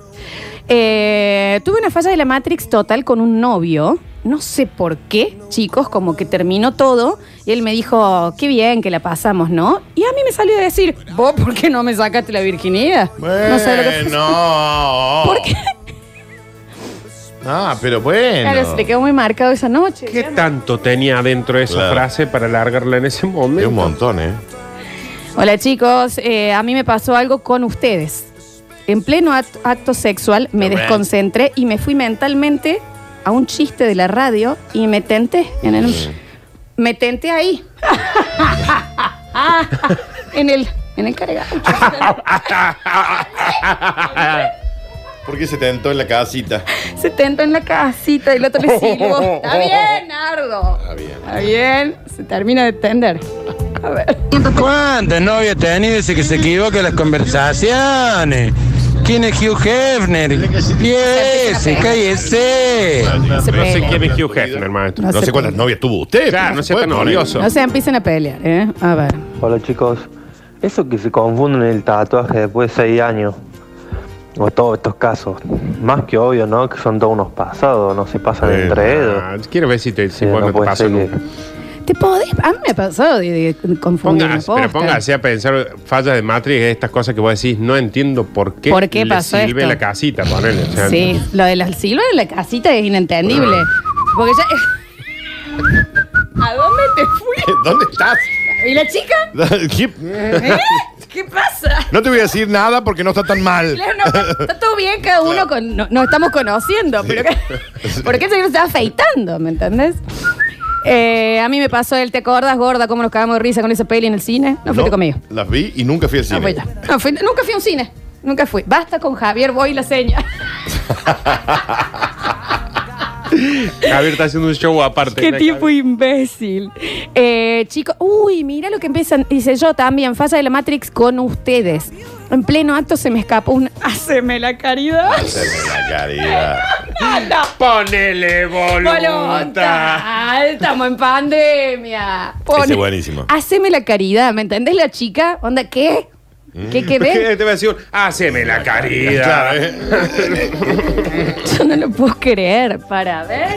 Speaker 1: Eh, Tuve una falla de la Matrix total con un novio. No sé por qué, chicos, como que terminó todo. Y él me dijo, qué bien que la pasamos, ¿no? Y a mí me salió a decir, ¿vos por qué no me sacaste la virginidad? no sé lo que fue.
Speaker 2: No. ¿Por qué? Ah, pero bueno.
Speaker 1: Claro, se le quedó muy marcado esa noche.
Speaker 3: ¿Qué tanto tenía adentro esa
Speaker 2: Claro.
Speaker 3: frase para largarla en ese momento? Es un
Speaker 2: montón, ¿eh?
Speaker 1: Hola chicos, Eh, a mí me pasó algo con ustedes. En pleno act- acto sexual me
Speaker 2: Correct.
Speaker 1: desconcentré y me fui mentalmente a un chiste de la radio y me tenté. En el,
Speaker 2: Mm.
Speaker 1: me tenté ahí. en el, en el cargador.
Speaker 2: ¿Por qué se tentó en la casita?
Speaker 1: Se tentó en la casita y el otro le silbó. Está bien, Nardo.
Speaker 2: Está bien.
Speaker 1: Está bien. Se termina de tender. A ver.
Speaker 8: ¿Cuántas novias tenés desde que se equivocan las conversaciones? ¿Quién es Hugh Hefner? ¡Cállese,
Speaker 2: Eh,
Speaker 8: cállese!
Speaker 3: No
Speaker 1: Se
Speaker 3: sé
Speaker 1: pega.
Speaker 3: quién es Hugh Hefner, maestro.
Speaker 2: No, sé cuántas novias tuvo usted.
Speaker 3: Claro, no sea tan
Speaker 2: Bueno,
Speaker 3: odioso.
Speaker 1: No se empiecen a pelear, ¿eh? A ver.
Speaker 17: Hola chicos, eso que se confunden el tatuaje después de 6 años, o todos estos casos, más que obvio, ¿no? Que son todos unos pasados, no se pasan
Speaker 3: Eh,
Speaker 17: entre ellos.
Speaker 3: ah, Quiero ver si te, si
Speaker 17: Eh, no
Speaker 3: cuando te
Speaker 17: puede
Speaker 3: pasó
Speaker 17: ser que-
Speaker 3: nunca.
Speaker 1: ¿Te podés? A mí me ha pasado de, de confundirme.
Speaker 3: Póngase, pero
Speaker 1: posta.
Speaker 3: póngase a pensar fallas de Matrix, estas cosas que vos decís, no entiendo por qué,
Speaker 1: ¿Por qué
Speaker 3: le
Speaker 1: pasó
Speaker 3: sirve
Speaker 1: esto?
Speaker 3: la casita, ponele. o sea,
Speaker 1: Sí, lo de las silvas en la casita es inentendible. Porque ya. ¿A dónde te fui?
Speaker 2: ¿Dónde estás?
Speaker 1: ¿Y la chica? ¿Eh? ¿Qué pasa?
Speaker 2: No te voy a decir nada porque no está tan mal.
Speaker 1: Claro, no, está, está todo bien, cada uno con, no- nos estamos conociendo, pero que- ¿por qué el señor se está afeitando? ¿Me entendés? Eh, a mí me pasó el te acordás, gorda, cómo nos cagamos de risa con esa peli en el cine. No fuiste
Speaker 2: No,
Speaker 1: conmigo.
Speaker 2: Las vi y nunca fui al cine.
Speaker 1: No pues fui yo. No fui- nunca fui a un cine. Nunca fui. Basta con Javier, voy y la seña.
Speaker 3: Javier está haciendo un show aparte.
Speaker 1: Qué tipo imbécil. Eh, chicos, uy, mira lo que empiezan. Dice yo también, falla de la Matrix con ustedes. En pleno acto se me escapó un haceme la caridad.
Speaker 2: La caridad.
Speaker 1: ¡Anda!
Speaker 3: Ponele voluntad.
Speaker 1: ¡Voluntad! Estamos en pandemia.
Speaker 2: Ese es buenísimo.
Speaker 1: Haceme la caridad, ¿me entendés la chica? Onda, ¿qué?
Speaker 2: Mm.
Speaker 1: ¿Qué quedé?
Speaker 3: Te voy a decir, haceme la caridad.
Speaker 2: Claro,
Speaker 1: Yo no lo puedo creer. Para ver.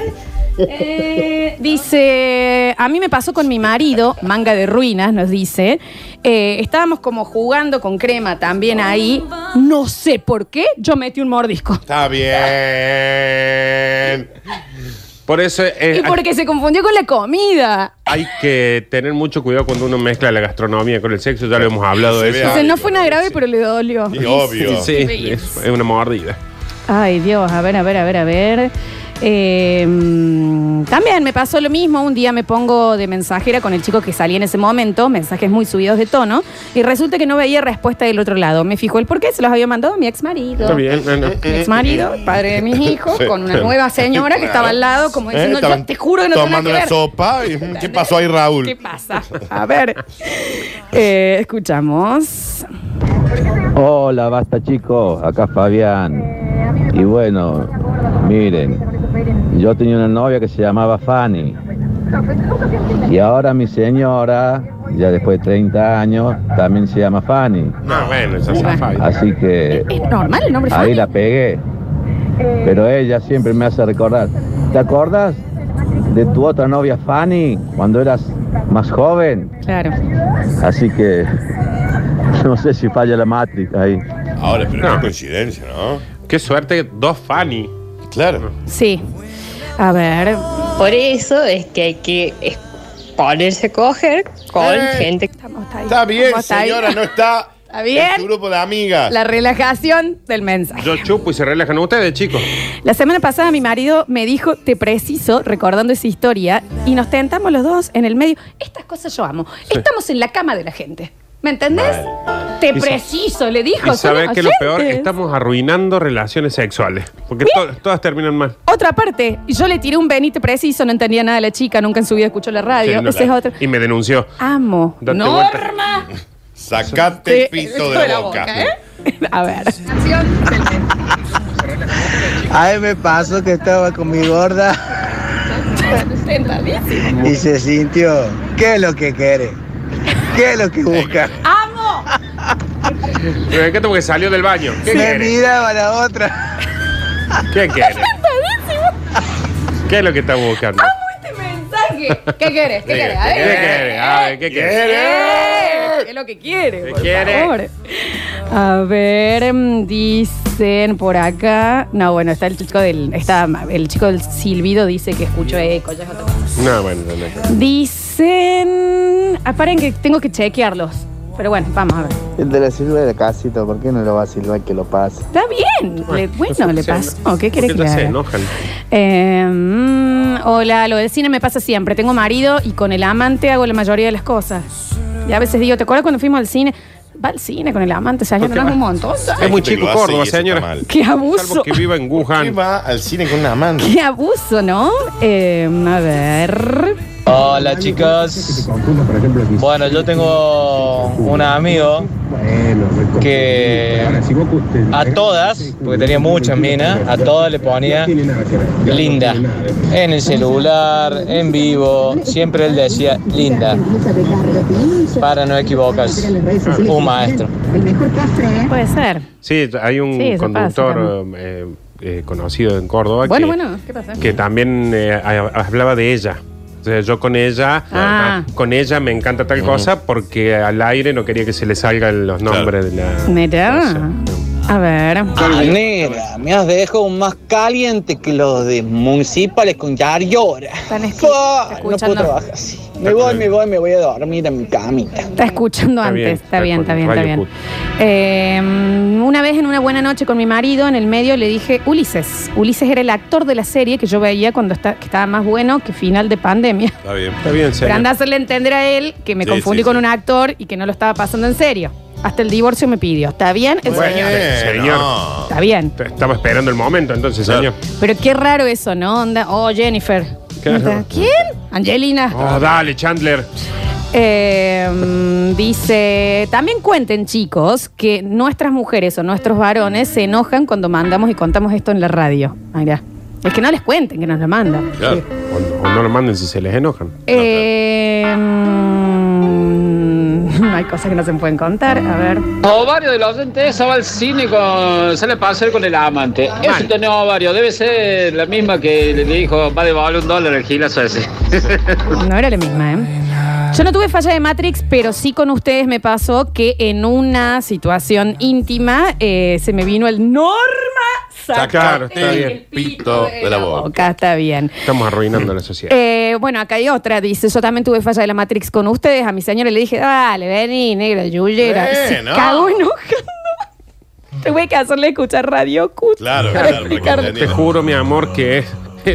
Speaker 1: Eh, dice, a mí me pasó con mi marido, manga de ruinas, nos dice. Eh, estábamos como jugando con crema también ahí. No sé por qué, yo metí un mordisco.
Speaker 2: Está bien.
Speaker 3: Por eso eh,
Speaker 1: Y porque se confundió con la comida.
Speaker 3: hay, hay que tener mucho cuidado cuando uno mezcla la gastronomía con el sexo, ya lo hemos hablado de
Speaker 2: Se
Speaker 3: eso.
Speaker 2: ve
Speaker 1: Dice, no fue nada grave, pero le dolió.
Speaker 2: Y obvio.
Speaker 3: Sí, es, es una mordida.
Speaker 1: Ay, Dios, a ver, a ver, a ver, a ver. Eh, mm, también me pasó lo mismo. Un día me pongo de mensajera con el chico que salía en ese momento, mensajes muy subidos de tono, y resulta que no veía respuesta del otro lado. Me fijó el por qué, se los había mandado mi ex marido.
Speaker 3: Está bien, Eh, bueno.
Speaker 1: Mi ex marido, padre de mis hijos,
Speaker 2: Eh, Sí.
Speaker 1: con una nueva señora que estaba al lado, como
Speaker 2: Eh,
Speaker 1: diciendo, yo
Speaker 2: estaban
Speaker 1: te juro que no tengo nada
Speaker 2: Tomando
Speaker 1: que
Speaker 2: una
Speaker 1: ver.
Speaker 2: sopa. y, mm, ¿Qué pasó ahí, Raúl?
Speaker 1: ¿Qué pasa? A ver. Eh, escuchamos.
Speaker 18: Hola, basta chicos, acá Fabián. Y bueno, miren, yo tenía una novia que se llamaba Fanny. Y ahora mi señora, ya después de 30 años, también se llama Fanny.
Speaker 3: No, bueno, esa zafada.
Speaker 18: Así
Speaker 2: Eh,
Speaker 18: que
Speaker 1: Es normal Eh, el nombre
Speaker 18: ahí
Speaker 1: Fanny.
Speaker 18: la pegué. Pero ella siempre me hace recordar. ¿Te acordás de tu otra novia Fanny cuando eras más joven?
Speaker 1: Claro.
Speaker 18: Así que no sé si falla la Matrix ahí.
Speaker 2: Ahora, pero
Speaker 3: No.
Speaker 2: qué coincidencia, ¿no?
Speaker 3: Qué suerte, dos Fanny.
Speaker 2: Claro.
Speaker 1: Sí. A ver.
Speaker 19: Por eso es que hay que es- ponerse a coger con
Speaker 2: Eh,
Speaker 19: gente.
Speaker 2: Está bien,
Speaker 1: ¿Cómo está ahí?
Speaker 2: señora, no está.
Speaker 1: Está bien.
Speaker 2: en su grupo de amigas.
Speaker 1: La relajación del mensaje.
Speaker 3: Yo chupo y se relajan ustedes, chicos.
Speaker 1: La semana pasada mi marido me dijo, te preciso, recordando esa historia, y nos tentamos los dos en el medio. Estas cosas yo amo. Estamos en la cama de la gente. ¿Me entendés? Te
Speaker 3: Y sa-
Speaker 1: preciso, le dijo.
Speaker 3: Y
Speaker 1: son
Speaker 3: sabes que lo peor,
Speaker 1: oyentes.
Speaker 3: estamos arruinando relaciones sexuales. Porque to- todas terminan mal.
Speaker 1: Otra parte, yo le tiré un Benito preciso, no entendía nada de la chica, nunca en su vida escuchó la radio.
Speaker 3: Sí, no,
Speaker 1: Esa es otra.
Speaker 3: Y me denunció.
Speaker 1: Amo.
Speaker 3: Date
Speaker 1: Norma.
Speaker 2: Sacate el piso de la boca.
Speaker 1: ¿eh? A ver.
Speaker 20: A mí me pasó que estaba con mi gorda y se sintió, ¿qué es lo que quiere? ¿Qué es lo que busca?
Speaker 1: ¡Amo!
Speaker 3: Pero es que como que salió del baño. ¿Qué
Speaker 20: Me
Speaker 3: quiere?
Speaker 20: miraba la otra.
Speaker 3: ¿Qué quiere? ¿Qué es lo que está buscando?
Speaker 1: este mensaje. ¿Qué querés? Ah, ¿Qué
Speaker 3: Sí,
Speaker 1: querés? A
Speaker 3: ¿qué
Speaker 1: ver.
Speaker 3: quiere? A ver, ¿qué quiere?
Speaker 1: ¿Qué es lo que quiere? por
Speaker 3: quiere?
Speaker 1: favor? A ver, mm, dicen por acá. No, bueno, está el chico del. Está el chico del silbido dice que escucho eco. ya es otra cosa.
Speaker 3: No, bueno, no, no.
Speaker 1: Dicen. Ah, paren que tengo que chequearlos. Pero bueno, vamos a ver.
Speaker 21: El de la silba de la casita, ¿por qué no lo va a silbar que lo pase?
Speaker 1: Está bien. Le- bueno, le pasó. ¿Qué querés
Speaker 21: quiere
Speaker 1: que le haga? Eh, mm, hola, lo del cine me pasa siempre. Tengo marido y con el amante hago la mayoría de las cosas. Y a veces digo, ¿te acuerdas cuando fuimos al cine? Va al cine con el amante, se
Speaker 3: ¿Por qué
Speaker 1: ayudan
Speaker 3: va?
Speaker 1: un montón.
Speaker 3: Es muy chico Córdoba, señora.
Speaker 1: Qué abuso.
Speaker 3: Salvo que viva en Wuhan.
Speaker 2: va al cine con una amante?
Speaker 1: Qué abuso, ¿no? Eh, a ver.
Speaker 22: Hola chicos. Bueno, yo tengo un amigo que a todas, porque tenía muchas minas, a todas le ponía linda. En el celular, en vivo, siempre él decía linda, para no equivocarse. Un maestro.
Speaker 1: Puede ser.
Speaker 3: Sí, hay un
Speaker 1: Sí, eso pasa
Speaker 3: conductor eh, eh, conocido en Córdoba
Speaker 1: Bueno,
Speaker 3: que,
Speaker 1: bueno, ¿qué pasa?
Speaker 3: que también eh, ha- hablaba de ella. O sea, yo con ella,
Speaker 1: Ah.
Speaker 3: ah, con ella me encanta tal cosa porque al aire no quería que se le salgan los nombres de la.
Speaker 1: Mira. A ver.
Speaker 23: Nera, me has dejado más caliente que los de municipales con Yariora.
Speaker 1: Están escu-
Speaker 23: Fua,
Speaker 1: está
Speaker 23: No puedo
Speaker 1: escuchando.
Speaker 23: trabajar así. Me voy, me voy, me voy a dormir a mi camita.
Speaker 1: Está escuchando
Speaker 23: Está
Speaker 1: antes.
Speaker 23: bien,
Speaker 1: está
Speaker 23: está
Speaker 1: bien,
Speaker 23: con
Speaker 1: está bien, está
Speaker 23: Radio
Speaker 1: bien.
Speaker 23: Cut.
Speaker 1: Eh, una vez en una buena noche con mi marido, en el medio le dije Ulises. Ulises era el actor de la serie que yo veía cuando esta- que estaba más bueno que final de pandemia.
Speaker 2: Está bien.
Speaker 3: Está bien,
Speaker 1: Pero
Speaker 3: señor.
Speaker 1: anda a hacerle entender a él que me
Speaker 3: Sí,
Speaker 1: confundí
Speaker 3: sí,
Speaker 1: con
Speaker 3: sí.
Speaker 1: un actor y que no lo estaba pasando en serio. Hasta el divorcio me pidió. ¿Está bien? El
Speaker 3: Bueno,
Speaker 1: señor.
Speaker 3: señor.
Speaker 1: Está bien.
Speaker 3: Estaba esperando el momento, entonces, señor.
Speaker 1: Pero qué raro eso, ¿no? Onda, oh, Jennifer.
Speaker 3: Claro.
Speaker 1: ¿Quién? Angelina.
Speaker 3: Oh, dale, Chandler.
Speaker 1: Eh, mm, dice, también cuenten chicos que nuestras mujeres o nuestros varones se enojan cuando mandamos y contamos esto en la radio. Mira, es que no les cuenten que nos lo mandan.
Speaker 3: O, o no lo manden si se les enojan.
Speaker 1: Eh, mm, hay cosas que no se pueden contar. A ver.
Speaker 24: Ovario de los oyentes va al cine con. sale a pasear con el amante. Eso tiene ovario, debe ser la misma que le dijo, va de valer un dólar el gilazo ese.
Speaker 1: No era la misma, ¿eh? Yo no tuve falla de Matrix, pero sí con ustedes me pasó que en una situación íntima eh, se me vino el Norma
Speaker 3: Sacar, está
Speaker 1: el
Speaker 3: bien. Pito de la boca.
Speaker 1: Acá está bien.
Speaker 3: Estamos arruinando la sociedad.
Speaker 1: Eh, bueno, acá hay otra, dice, yo también tuve falla de la Matrix con ustedes, a mi señora le dije, dale, vení, negra, yuyera.
Speaker 2: Eh,
Speaker 1: se
Speaker 2: no.
Speaker 1: cagó enojando. Tuve que hacerle escuchar Radio Cut.
Speaker 2: Claro,
Speaker 1: Para explicarle.
Speaker 3: Te juro, mi amor, que es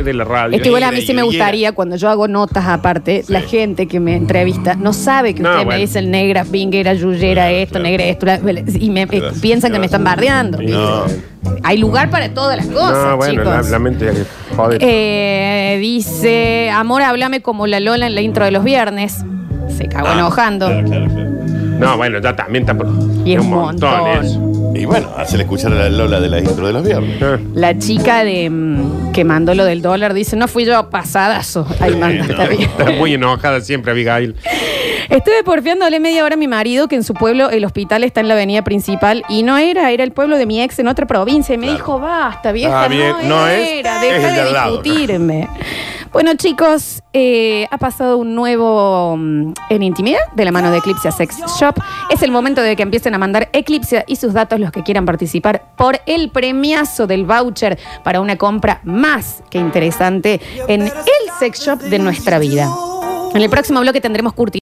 Speaker 3: de la radio.
Speaker 1: Es que igual a mí sí me gustaría, cuando yo hago notas aparte, la gente que me entrevista no sabe que
Speaker 3: No,
Speaker 1: ustedes me
Speaker 3: bueno.
Speaker 1: dicen negra, vinguera, yuyera, esto, negra, esto, la- y me eh, piensan que me están bardeando.
Speaker 3: No,
Speaker 1: Hay lugar para todas las cosas,
Speaker 3: no bueno,
Speaker 1: chicos.
Speaker 3: la- lamento ya que. Joder.
Speaker 1: Eh, dice, amor, háblame como la Lola en la intro de los viernes. Se cagó
Speaker 3: Ah,
Speaker 1: enojando.
Speaker 3: No, bueno, ya también está. por-
Speaker 1: Y es
Speaker 3: un
Speaker 1: montón.
Speaker 3: eso.
Speaker 2: Y bueno, hacerle escuchar a la Lola de la intro de los viernes.
Speaker 1: La chica de mm, que mandó lo del dólar dice, no fui yo, pasadazo. Ay, manda, está bien.
Speaker 3: Está muy enojada siempre, Abigail.
Speaker 1: Estuve porfiándole media hora a mi marido que en su pueblo el hospital está en la avenida principal y no era, era el pueblo de mi ex en otra provincia y me dijo, basta vieja,
Speaker 2: Ah, bien,
Speaker 1: no,
Speaker 2: no es,
Speaker 1: era,
Speaker 2: es
Speaker 1: deja
Speaker 2: el de
Speaker 1: de
Speaker 2: al lado, ¿no?
Speaker 1: discutirme. Bueno chicos, eh, ha pasado un nuevo mm, en intimidad de la mano de Eclipse Sex Shop. Es el momento de que empiecen a mandar Eclipse y sus datos los que quieran participar por el premiazo del voucher para una compra más que interesante en el sex shop de nuestra vida. En el próximo bloque tendremos curti.